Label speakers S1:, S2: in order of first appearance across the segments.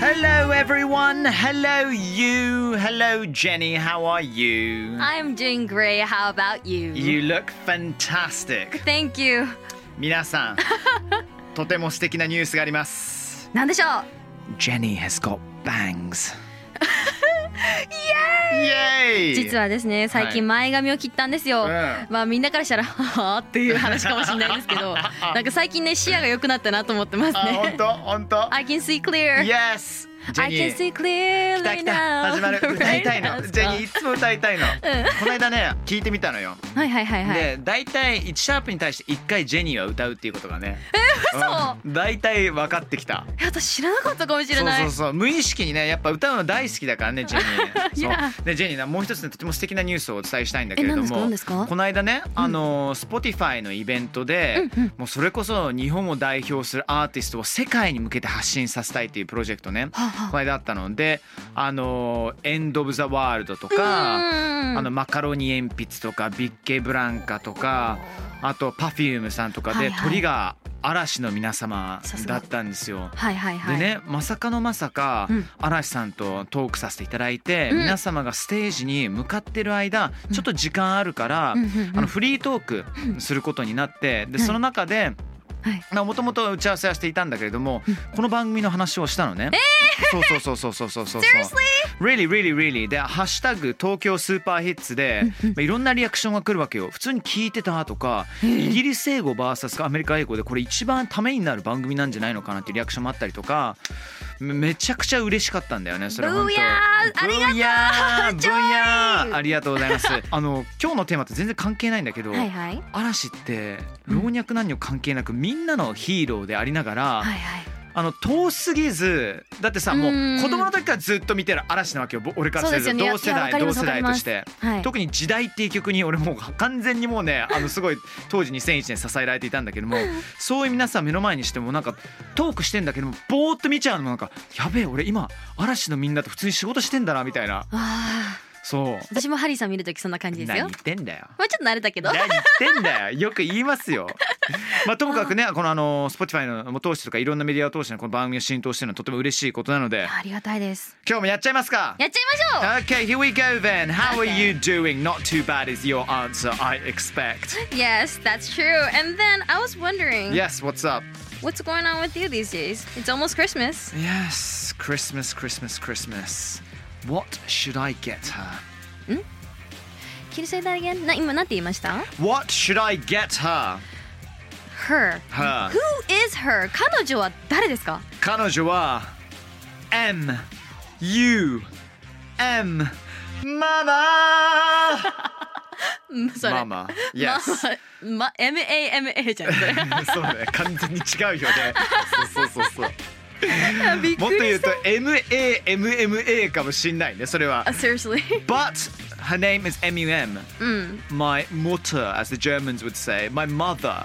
S1: Hello, everyone. Hello, you. Hello, Jenny. How are you?
S2: I'm doing great. How about you?
S1: You look fantastic.
S2: Thank you.
S1: 皆 さん、とても素敵なニュースがあります。
S2: なんでしょう
S1: Jenny has got bangs. Yay!
S2: 実はですね、最近前髪を切ったんですよ。
S1: ええ
S2: まあみんなからしたら、 はぁっていう話かもしれないですけ ど、なんか最近ね、視野が良くなったなと思ってます
S1: あ、本
S2: ね。
S1: 当本当
S2: I can see clear.
S1: Ah, Yes!
S2: I can see
S1: 来
S2: clearly
S1: た来た
S2: now.
S1: 始まる
S2: Right
S1: 歌いたいの
S2: now.
S1: ジェニーいつも歌いたいのこの間ね聞いてみたのよ
S2: はいはいはいはい。
S1: で大体1シャープに対して1回ジェニーは歌うっていうことがね
S2: え嘘
S1: うん大体分かってきた
S2: え私知らなかったかもしれない。
S1: そうそうそう無意識にねやっぱ歌うの大好きだから ねジェニーね
S2: Yeah
S1: そうでジェニーなもう一つねとても素敵なニュースをお伝えしたいんだけれど
S2: え何ですか
S1: も
S2: 何ですか
S1: この間ねあの Spotify のイベントで、もうそれこそ日本を代表するアーティストを世界に向けて発信させたいっていうプロジェクトね、
S2: はあはあ
S1: この間あったので「あのエンド・オブ・ザ・ワールド」とか、
S2: うん
S1: あのマカロニ鉛筆とかビッケブランカとかあと Perfume さんとかで、
S2: はいはい
S1: 鳥が嵐の皆様
S2: さす
S1: だ
S2: が
S1: ったんですよ。
S2: はいはいはい。
S1: でねまさかのまさか、
S2: うん
S1: 嵐さんとトークさせていただいて、
S2: うん
S1: 皆様がステージに向かってる間、ちょっと時間あるから、
S2: うんうんうん
S1: あのフリートークすることになって、で
S2: はい
S1: その中で。
S2: はい
S1: もともと打ち合わせはしていたんだけれども、この番組の話をしたのね。そうそうそうそうそうそうそう。Really, really, really で「ハッシュタグ東京スーパーヒッツで」まあいろんなリアクションが来るわけよ普通に聞いてたとかイギリス英語 VS アメリカ英語でこれ一番ためになる番組なんじゃないのかなっていうリアクションもあったりとかめめちゃくちゃ嬉しかったんだよねそれ本当
S2: ブーヤ ーありがとう
S1: ブーヤーブーヤーありがとうございます あの今日のテーマと全然関係ないんだけど、
S2: はいはい。はい
S1: 嵐って老若男女関係なくみんなのヒーローでありながら、
S2: はい。
S1: あの遠すぎずだってさもう
S2: うん
S1: 子供の時からずっと見てる嵐なわけよぼ俺からする
S2: そ
S1: と
S2: うですよ
S1: 同
S2: ね
S1: 世
S2: いやわ
S1: 代
S2: かり
S1: 同
S2: ます
S1: 世代として。
S2: はい。
S1: 特に「時代」っていう曲に俺もう完全にもうねあのす ごい当時2001年支えられていたんだけどもそういう皆さん目の前にしてもなんかトークしてんだけどもぼーっと見ちゃうのもなんかやべえ俺今嵐のみんなと普通に仕事してんだなみたいな
S2: ああ、
S1: そう
S2: 私もハリーさん見るときそんな感じです
S1: 何言
S2: よ
S1: っ。てんだよ
S2: まあちょっと慣れたけど。
S1: 何言ってんだよよく言います よ。まあ、ともかくねこのあの Spotify の通してとかいろんなメディアを通してのこの番組を浸透してるのはとても嬉しいことなので
S2: ありがたいです。
S1: 今日もやっちゃいますか
S2: やっちゃいましょ
S1: Okay, here we go then. How are you doing? Not too bad is your answer, I expect.
S2: う Yes, that's true. And then I was wondering,
S1: Yes, what's up?
S2: what's going on with you these days? It's almost Christmas.
S1: Yes, Christmas, Christmas, Christmas. What should I get her?
S2: Can you say that again? な今なんて言いました
S1: What should I get her?
S2: ?Her.
S1: Her.
S2: Who is her? 彼女は誰ですか
S1: 彼女は M U M ママ
S2: うんそれ。
S1: ママ Yes
S2: ママ。ま MAMA じゃん。それ
S1: そうね完全に違うよねそうそうそうそう
S2: びっ
S1: もっ
S2: く
S1: と
S2: り
S1: 言う
S2: した
S1: と。MAMMA かもしんないねそれは
S2: あ Seriously?
S1: But her name is MUM. My Mutter, as the Germans would say. My mother.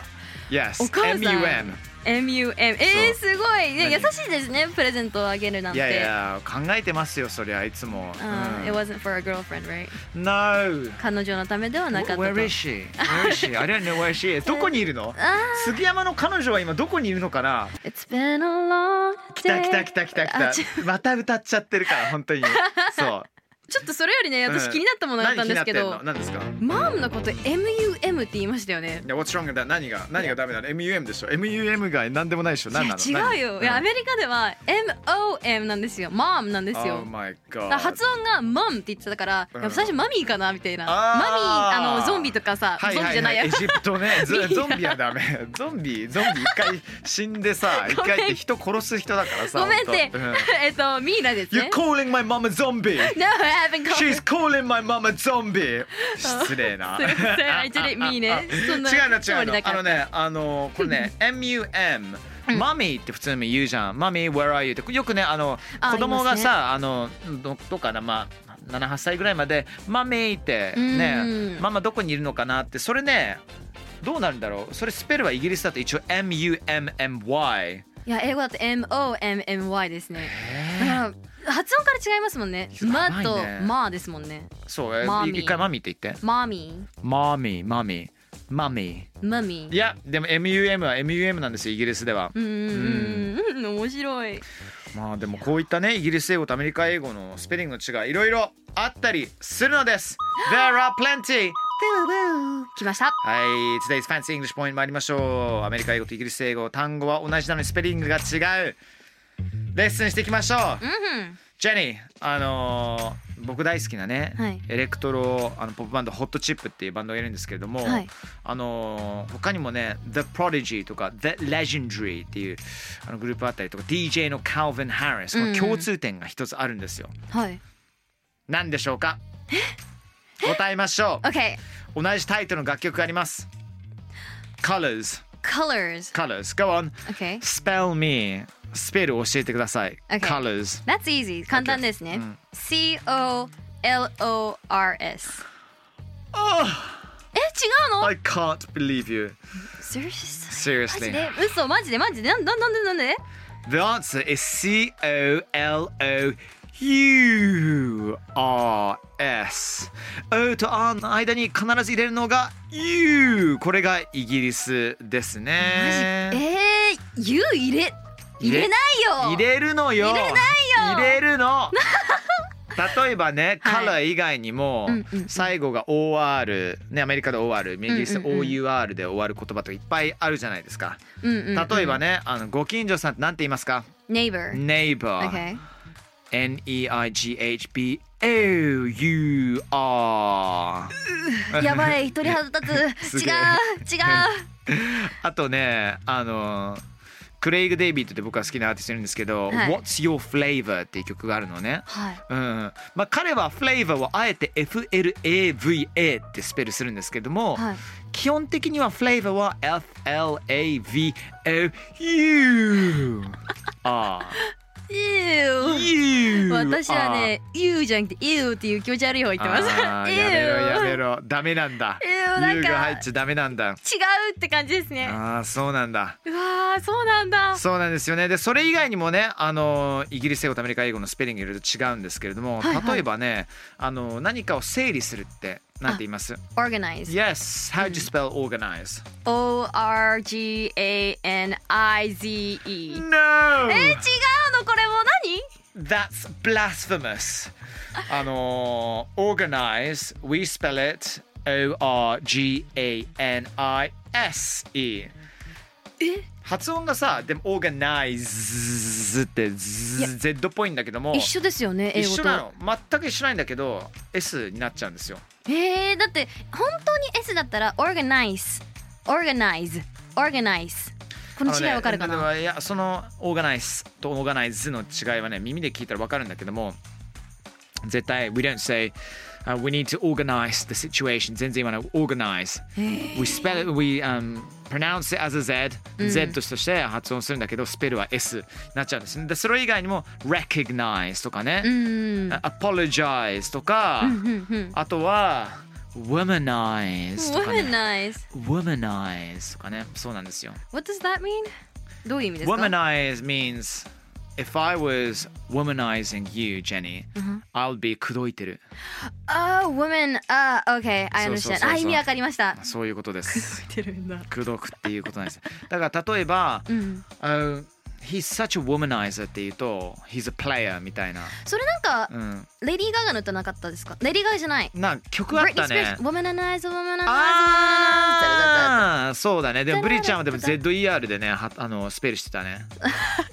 S1: Yes.
S2: お母さん
S1: MUM.
S2: MUM。え
S1: そう
S2: ー、すごい。ね優
S1: 何
S2: しいですね。プレゼントをあげるな
S1: い
S2: んて。
S1: やいや、考えてますよ、そりゃ、いつも。
S2: あー It wasn't for a girlfriend, right?
S1: うん No.
S2: 彼女のためではなかったと。
S1: Where is she? Where is she? I don't know where she is. どこにいるの杉山の彼女は今どこにいるのかな
S2: It's been a long
S1: 来た
S2: day.
S1: 来た来た来た
S2: あち
S1: 来た。また歌っちゃってるから、本当に。そう。
S2: ちょっとそれよりね 私気になったものがあったんですけど
S1: 何気になってんの何ですか
S2: マームのこと MUM って言いましたよね
S1: いや What's wrong with that 何が何がダメなの MUM でしょ MUM が何でもないでしょ
S2: いや
S1: 何なの
S2: 違うよいやアメリカでは MOM なんですよマームなんですよ
S1: Oh my
S2: だ
S1: god
S2: から発音がマムって言ってたから、
S1: うん
S2: やっぱ最初マミーかなみたいな。
S1: あー
S2: マミー、あのゾンビとかさ、
S1: はい
S2: ゾンビ
S1: は
S2: じゃ
S1: い
S2: な
S1: はいい
S2: や
S1: エ。ジプ トねゾ
S2: いや
S1: ゾンビはダメゾンビゾンビ一回死んでさ一
S2: ごめん
S1: 回って人殺す人だからさ
S2: ごめんっ
S1: 本
S2: て
S1: 当うん、
S2: えっと、ミイラです
S1: You're
S2: ね。
S1: calling my mom a zombie
S2: No, I haven't got.
S1: She's calling my mom a zombie 失礼な
S2: すいません、一例ミーね。そんな
S1: 違うの
S2: つ
S1: 違
S2: も
S1: う
S2: り
S1: の
S2: だか
S1: あ
S2: ら
S1: のねあのこれね MUM マミーって普通に言うじゃん。マミー、where are you? ってよくね、あの
S2: あ
S1: 子供が
S2: 言いますね
S1: さ、あのどどっかな、まあ、7、8歳ぐらいまで、マミーってね
S2: う、ん
S1: ママどこにいるのかなって、それね、どうなるんだろうそれスペルはイギリスだと一応 MUMMY。
S2: いや、英語だと M. O. M. M. Y. ですね。だから発音から違いますもんね。
S1: 知らな
S2: マ
S1: いね
S2: とマーですもんね。
S1: そう、え
S2: マミー
S1: 一回マミーって言って。
S2: マミ
S1: マミー、マミー、マミー。
S2: ー、マミ
S1: い
S2: ー。
S1: や、でも MUM は MUM なんですよ、イギリスでは。
S2: うんうんうんうん、面白い。
S1: まあでもこういったねイギリス英語とアメリカ英語のスペリングの違いいろいろあったりするのです There are plenty!
S2: 来ました。
S1: はい、Today's Fancy English Point 参りましょうアメリカ英語とイギリス英語単語は同じなのにスペリングが違うレッスンしていきましょう、
S2: うんうん。
S1: ジェニーあのー僕大好きなね、
S2: はい
S1: エレクトロあのポップバンドホットチップっていうバンドがいるんですけれども、
S2: はい
S1: あのー他にもね The Prodigy とか The Legendary っていうあのグループあったりとか DJ の Calvin Harris こ
S2: うん
S1: の
S2: うん
S1: 共通点が一つあるんですよ、
S2: はい。
S1: 何でしょうか答えましょ
S2: オッケ
S1: う同じタイトルの楽曲があります Colors
S2: ー。colors。
S1: Colors Go on
S2: オッケー。
S1: Spell me スペル教えてください、
S2: Okay
S1: Colors
S2: That's easy 簡単ですね、C O L O R S え違うの、
S1: I can't believe you
S2: Seriously マ
S1: Seriously
S2: ジで嘘マジでマジでなんなんなんでなんで
S1: The answer is C O L O U R S。O と R の間に必ず入れるのが U。これがイギリスです
S2: え
S1: ね。
S2: ー、U 入れ入れないよ
S1: 入れるのよ。
S2: 入れないよ
S1: 入れる の。例えばね、カラー以外にも
S2: うんうんうん
S1: 最後が OR ねアメリカで OR イギリスで
S2: うんうんうん
S1: OUR で終わる言葉とかいっぱいあるじゃないですか。
S2: うんうん、うん、
S1: 例えばね、あのご近所さんってなんて言いますか？
S2: neighbor
S1: neighbor。
S2: okay
S1: N E I G H B O U R。
S2: やばい一人肌立つ
S1: す
S2: 違
S1: げえ
S2: う違う
S1: あとね、あのクレイグ・デイビッドって僕は好きなアーティストいるんですけど、
S2: はい
S1: What's Your Flavor っていう曲があるのね。
S2: はい
S1: うんうん、まあ彼はフレーバーをあえて FLAVA ってスペルするんですけども、
S2: はい
S1: 基本的にはフレーバーは FLAVOU ああ
S2: Ew
S1: U
S2: 私はね U じゃなくて U っていう気持ち悪い方言ってます
S1: あー
S2: Ew
S1: やめろやめろダメなんだ
S2: Ew なんか
S1: U が入っちゃダメなんだ
S2: 違うって感じですね
S1: ああそうなんだ
S2: うわーそうなんだ
S1: そうなんですよねでそれ以外にもねあのイギリス英語とアメリカ英語のスペリングいろいろ違うんですけれども、
S2: はいはい
S1: 例えばねあの何かを整理するってなんて言います
S2: organize
S1: Yes how do you spell organize、
S2: O R G A N I Z E。
S1: No
S2: えー、違うのこれもう
S1: That's blasphemous あの organize we spell it O-R-G-A-N-I-S-E
S2: 何？え、
S1: 発音がさでも organize って
S2: いや
S1: Z っぽいんだけども
S2: 一緒ですよね英
S1: 一
S2: 語
S1: 緒
S2: と。
S1: なの全く一緒ないんだけど S になっちゃうんですよ
S2: えー、だって本当に S だったら organize、organize、organize。この違いわかるか
S1: あの
S2: な？
S1: ねいやそのオーガナイズとオーガナイズの違いはね耳で聞いたらわかるんだけども絶対 We don't say、uh, We need to organize the situation 全然言わない Organize We spell it We、um, pronounce it as a Z、Z として発音するんだけどスペルは S になっちゃうんですねでそれ以外にも Recognize とかね、
S2: うん。
S1: apologize とか、あとは womanize とか、ね、
S2: Womanize。
S1: womanize とかねそうなんですよ
S2: What does that mean？どういう意味ですか
S1: womanize means if I was womanizing you Jenny、I'll be 口説いてる
S2: あー、woman。あー、okay。I
S1: そうそうそうそ
S2: understand。
S1: う
S2: あ、意味わかりました。
S1: そういうことです
S2: てるんだ。
S1: 口説くっていうことなんですだから例えば、
S2: うん。
S1: あの He's such a womanizer って言うと He's a player みたいな、
S2: それなんか、
S1: うん、
S2: レディー・ガガの歌なかったですかレディー・ガガじゃない。
S1: な曲あったね
S2: Britney Spears Womanize, Womanize, Womanize
S1: ああそうだねでもブリちゃんはでも ZER でねはあのスペルしてた ね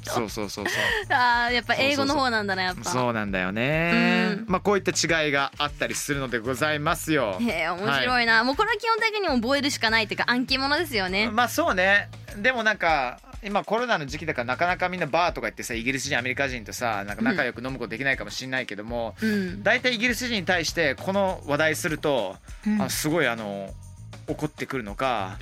S1: そうそうそうそう
S2: あーやっぱ英語の方なんだな、やっぱ。
S1: そうなんだよね
S2: うん
S1: まあこういった違いがあったりするのでございますよ
S2: へえ、面白
S1: はい
S2: な、もうこれは基本的に覚えるしかないっていうか、暗記ものですよね。
S1: まあそうねでもなんか今コロナの時期だからなかなかみんなバーとか行ってさイギリス人アメリカ人とさなんか仲良く飲むことできないかもしれないけども、
S2: うん。
S1: 大体イギリス人に対してこの話題すると、
S2: うん
S1: あすごいあの怒ってくるの か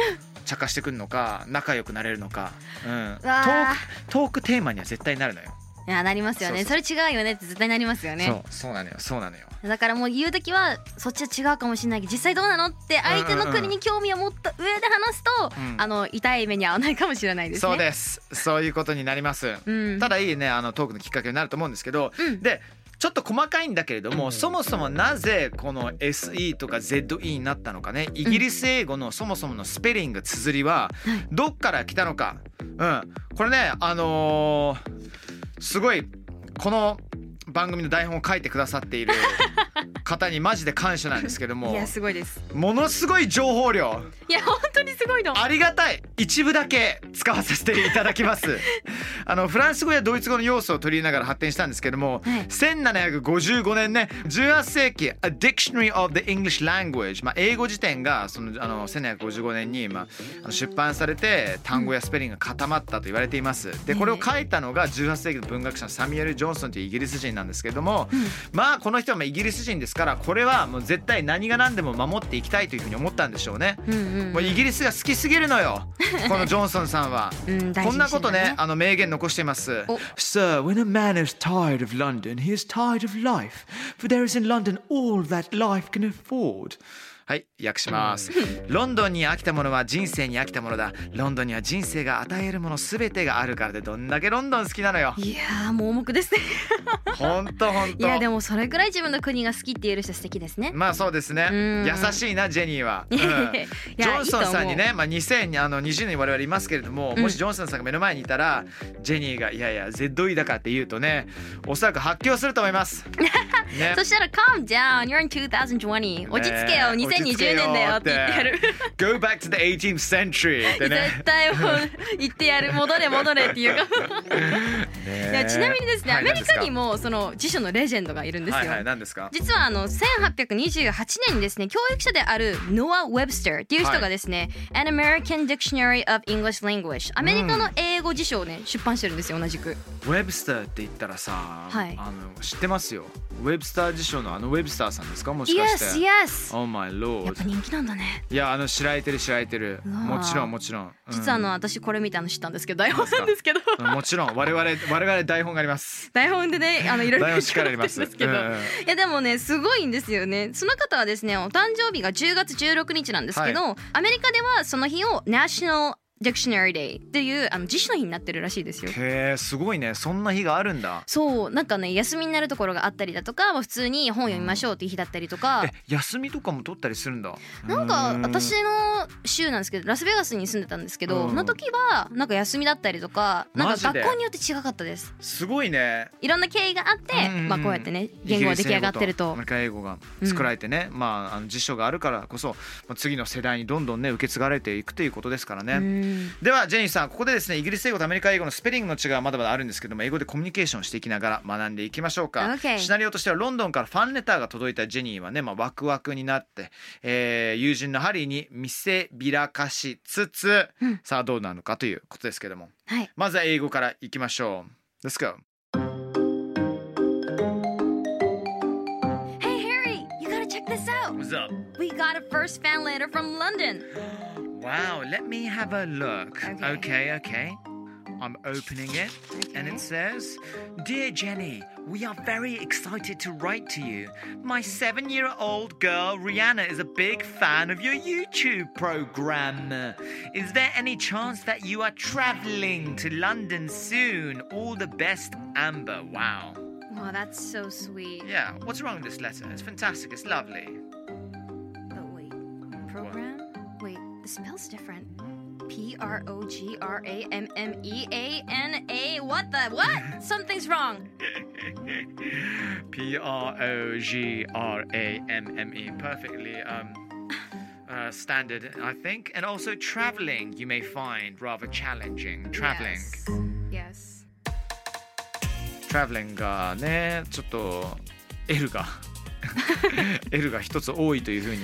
S1: 茶化してくるのか仲良くなれるのか、うん、ト
S2: わ
S1: ー
S2: あ
S1: クトークテーマには絶対なるのよ、
S2: いや、なりますよね。
S1: そう
S2: それ違うよねって絶対なりますよね。
S1: そうそうなのよそうなのよ
S2: だからもう言う時はそっちは違うかもしれないけど実際どうなのって相手の国に興味を持った上で話すと、
S1: うん
S2: あの痛い目に遭わないかもしれないですね。
S1: そうですそういうことになります、
S2: うん
S1: ただいいねあのトークのきっかけになると思うんですけど、
S2: うん
S1: でちょっと細かいんだけれども、そもそもなぜこの SE とか ZE になったのかねイギリス英語のそもそものスペリング綴りはどっから来たのか、うん、これねあのーすごいこの番組の台本を書いてくださっている方にマジで感謝なんですけど
S2: い
S1: も
S2: やすごいです。
S1: ものすごい情報量
S2: いや本当にすごいの。
S1: ありがたい一部だけ使わさせていただきます あのフランス語やドイツ語の要素を取り入れながら発展したんですけども、
S2: はい
S1: 1755年ね18世紀 A Dictionary of the English Language、まあ、英語辞典がそのあの1755年に、まああの、出版されて単語やスペリングが固まったと言われていますでこれを書いたのが18世紀の文学者のサミュエル・ジョンソンというイギリス人なんですけれども、まあこの人はまあイギリス人ですからこれはもう絶対何が何でも守っていきたいというふうに思ったんでしょうね。
S2: うんうん
S1: もうイギリスが好きすぎるの よこのジョンソンさんは、
S2: うん大事にしてるね
S1: こんなことねあの名言残しています
S2: お
S1: Sir, when a man is tired of London, he is tired of life For there is in London all that life can afford はい訳しますロンドンに飽きたものは人生に飽きたものだロンドンには人生が与えるものすべてがあるからでどんだけロンドン好きなのよ
S2: いやー盲目ですね。
S1: ほんとほん
S2: い
S1: と
S2: やでもそれぐらい自分の国が好きって言える人素敵ですね。
S1: まあそうですね
S2: うん
S1: 優しいなジェニー は、うん
S2: いやい
S1: ジ
S2: や
S1: ョンソンさんに
S2: いい
S1: ね、まあ、2020年我々いますけれども、
S2: うん
S1: もしジョンソンさんが目の前にいたらジェニーが「いやいや ZE だから」って言うとねおそらく発狂すると思い ます。ね
S2: そしたら「Calm down, you're in 2020」落ち着けよ
S1: ね
S2: 2020年だよって言ってやる。
S1: 「Go back to the 18th century」って
S2: 絶
S1: ね。
S2: 対もう言ってやる戻れ戻れっていうか。いやちなみにですね、
S1: はい
S2: アメリカに
S1: 何で
S2: もその辞書のレジェンドがいるんです
S1: す
S2: よ。
S1: かはいはい何ですか
S2: 実はあの1828年にですね教育者であるノア・ウェブスターっていう人がですね、An American Dictionary of English Language アメリカの英語辞書をね出版してるんですよ同じく
S1: ウェブスターって言ったらさ、
S2: はい
S1: あの知ってますよウェブスター辞書のあのウェブスターさんですかもしかして
S2: Yes yes
S1: Oh my
S2: やっ
S1: lord
S2: ぱ人気なんだね
S1: いやあの知られてる知られてる
S2: わ
S1: もちろんもちろん、うん
S2: 実はあの私これ見たの知ったんですけど台本なんですけど
S1: うんもちろん我々我々台本があります
S2: 台本でねあのいろいろ
S1: 台本しっかりあります
S2: 書いてあるんですけど、いやでもねすごいんですよねその方はですねお誕生日が10月16日なんですけど、アメリカではその日を National Dictionary Day っていうあの辞書の日になってるらしいですよ
S1: へえすごいねそんな日があるんだ
S2: そうなんかね休みになるところがあったりだとか、まあ、普通に本読みましょうっていう日だったりとか
S1: え休みとかも取ったりするんだ
S2: なんか
S1: うーん
S2: 私の州なんですけどラスベガスに住んでたんですけど、
S1: うん
S2: の時はなんか休みだったりとかなん
S1: マ
S2: か
S1: ジで
S2: 学校によって違かったです
S1: すごいね
S2: いろんな経緯があって、
S1: うんうん
S2: まあ、こうやってね言語が出来上がってる
S1: イ
S2: と
S1: ギリス英語アメリカ英語が作られてね、まああの辞書があるからこそ、まあ、次の世代にどんどんね受け継がれていくということですからね、
S2: うん
S1: ではジェニーさんここでですねイギリス英語とアメリカ英語のスペリングの違いはまだまだあるんですけども英語でコミュニケーションをしていきながら学んでいきましょうか、
S2: Okay
S1: シナリオとしてはロンドンからファンレターが届いたジェニーはね、まあ、ワクワクになって、えー友人のハリーに見せびらかしつつ、
S2: うん
S1: さあどうなのかということですけども
S2: はい
S1: まずは英語からいきましょう Let's go
S2: Hey Harry you gotta check this out
S1: What's up?
S2: we got a first fan letter from London
S1: Wow let me have a look
S2: Okay.
S1: okay, okay. I'm opening it, and it says, Dear Jenny, we are very excited to write to you. My seven year old girl, Rihanna, is a big fan of your YouTube program. Is there any chance that you are traveling to London soon? All the best, Amber. Wow.
S2: wow that's so sweet
S1: Yeah, what's wrong with this letter? It's fantastic, it's lovely.
S2: but wait program wait the spell's different P-R-O-G-R-A-M-M-E-A-N-A What the what? Something's wrong
S1: P-R-O-G-R-A-M-M-E. Perfectly um, uh, standard, I think. And also traveling, you may find rather challenging. Traveling.
S2: Yes, yes.
S1: トラベリンがねちょっと L が L が一つ多いというふうに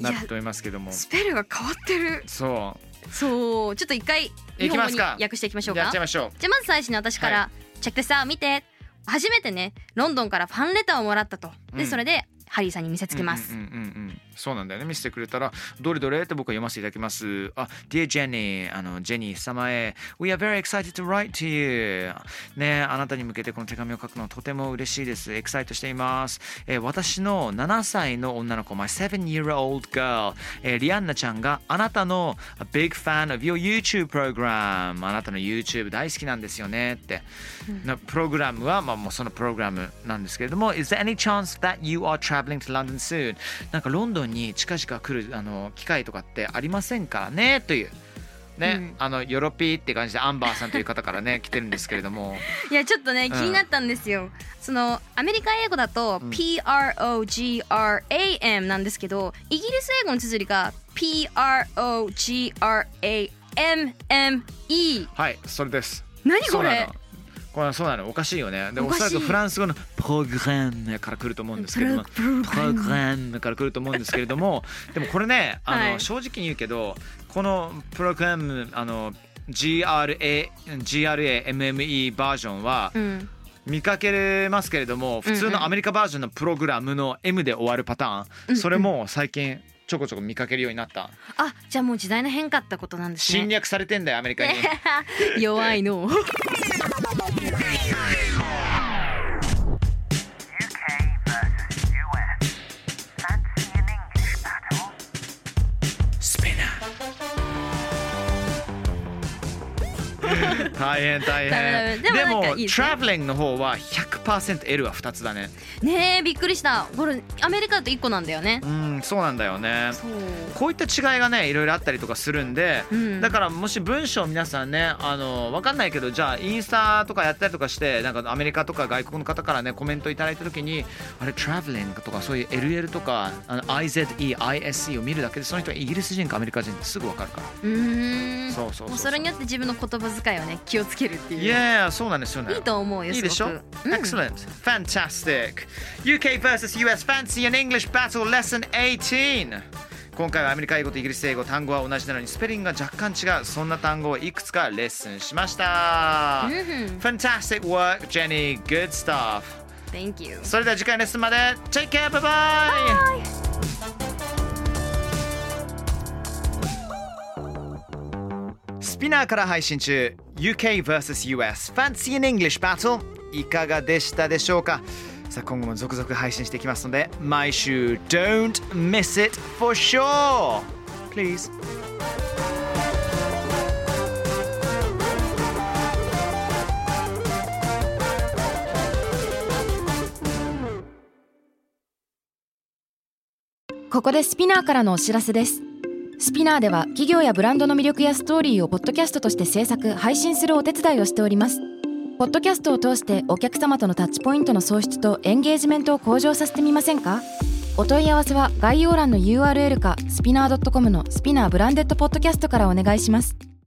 S1: なっておりますけども
S2: スペルが変わってる
S1: そ
S2: そうちょっと一回
S1: うい
S2: 日
S1: きま
S2: 本語
S1: す
S2: に
S1: か
S2: 訳していきましょう
S1: や
S2: か
S1: っちゃいましょう
S2: じゃあまず最初に私から、
S1: は
S2: チェックさ見て初めてねロンドンからファンレターをもらったとで、
S1: うん
S2: それでハリーさんに見せつけます、
S1: うんうんうんうんそうなんだよね見せてくれたらどれどれって僕は読ませていただきますあ Dear Jenny あのジェニー様へ We are very excited to write to you ねあなたに向けてこの手紙を書くのはとても嬉しいですエクサイトしています、えー私の7歳の女の子 My 7 year old girl、えーリアンナちゃんがあなたの A big fan of your YouTube program あなたの YouTube 大好きなんですよねってなプログラムは、まあ、もうそのプログラムなんですけれども、Is there any chance that you are traveling to London soon? なんかロンドンに近々来るあの機会とかってありませんからねという。ね、あのヨロピーって感じでアンバーさんという方からね来てるんですけれども
S2: いやちょっとね
S1: ん
S2: 気になったんですよ、そのアメリカ英語だと PROGRAM なんですけどイギリス英語の綴りが PROGRAMME
S1: はいそれです
S2: 何
S1: そう
S2: こ
S1: なの
S2: れ
S1: これはそうなのおかしいよねで
S2: お
S1: お
S2: かし
S1: そ
S2: い
S1: らくフランス語のプログラムから来ると思うんですけれどもプログラムから来ると思うんですけれども でもこれねあの、
S2: はい
S1: 正直に言うけどこのプログラムあの GRA GRAMME バージョンは
S2: うん
S1: 見かけますけれども普通のアメリカバージョンのプログラムの M で終わるパターン、それも最近ちょこちょこ見かけるようになった
S2: あじゃあもう時代の変化ってことなんです
S1: 侵
S2: ね
S1: 略されてんだよアメリカに
S2: 弱いの
S3: UK versus US. Fancy an English battle?
S1: スピナー大変大変
S2: ダメダメでもなんかいいですね
S1: トラベリングの方は 100%L は2つだね
S2: ねえびっくりしたこれアメリカだと1個なんだよね
S1: うんそうなんだよね
S2: そう
S1: こういった違いがねいろいろあったりとかするんで、
S2: うん
S1: だからもし文章皆さんねあのわかんないけどじゃあインスタとかやったりとかしてなんかアメリカとか外国の方からねコメントいただいた時にあれトラベリングとかそういう LL とかあの IZEISE を見るだけでその人がイギリス人かアメリカ人ってすぐわかるから、
S2: うーん
S1: そうそうそう
S2: も
S1: そう
S2: うそれによって自分の言葉遣いをね気をつけるっていう
S1: いやそうなんですよね
S2: いいと思うよ
S1: いいでしょ、
S2: すごくうん
S1: Excellent Fantastic UK vs US Fancy and English Battle Lesson 18今回はアメリカ英語とイギリス英語単語は同じなのにスペリングが若干違うそんな単語をいくつかレッスンしました、Fantastic work Jenny Good stuff
S2: Thank you
S1: それでは次回のレッスンまで Take care bye bye bye スピナーから配信中 UK vs.US Fancy in English Battle いかがでしたでしょうかさあ今後も続々配信していきますので毎週 Don't miss it for sure Please
S4: Spotify ここでスピナーからのお知らせですスピナーでは企業やブランドの魅力やストーリーをポッドキャストとして制作配信するお手伝いをしておりますポッドキャストを通してお客様とのタッチポイントの創出とエンゲージメントを向上させてみませんかお問い合わせは概要欄の URL かスピナー .com のスピナーブランデッドポッドキャストからお願いします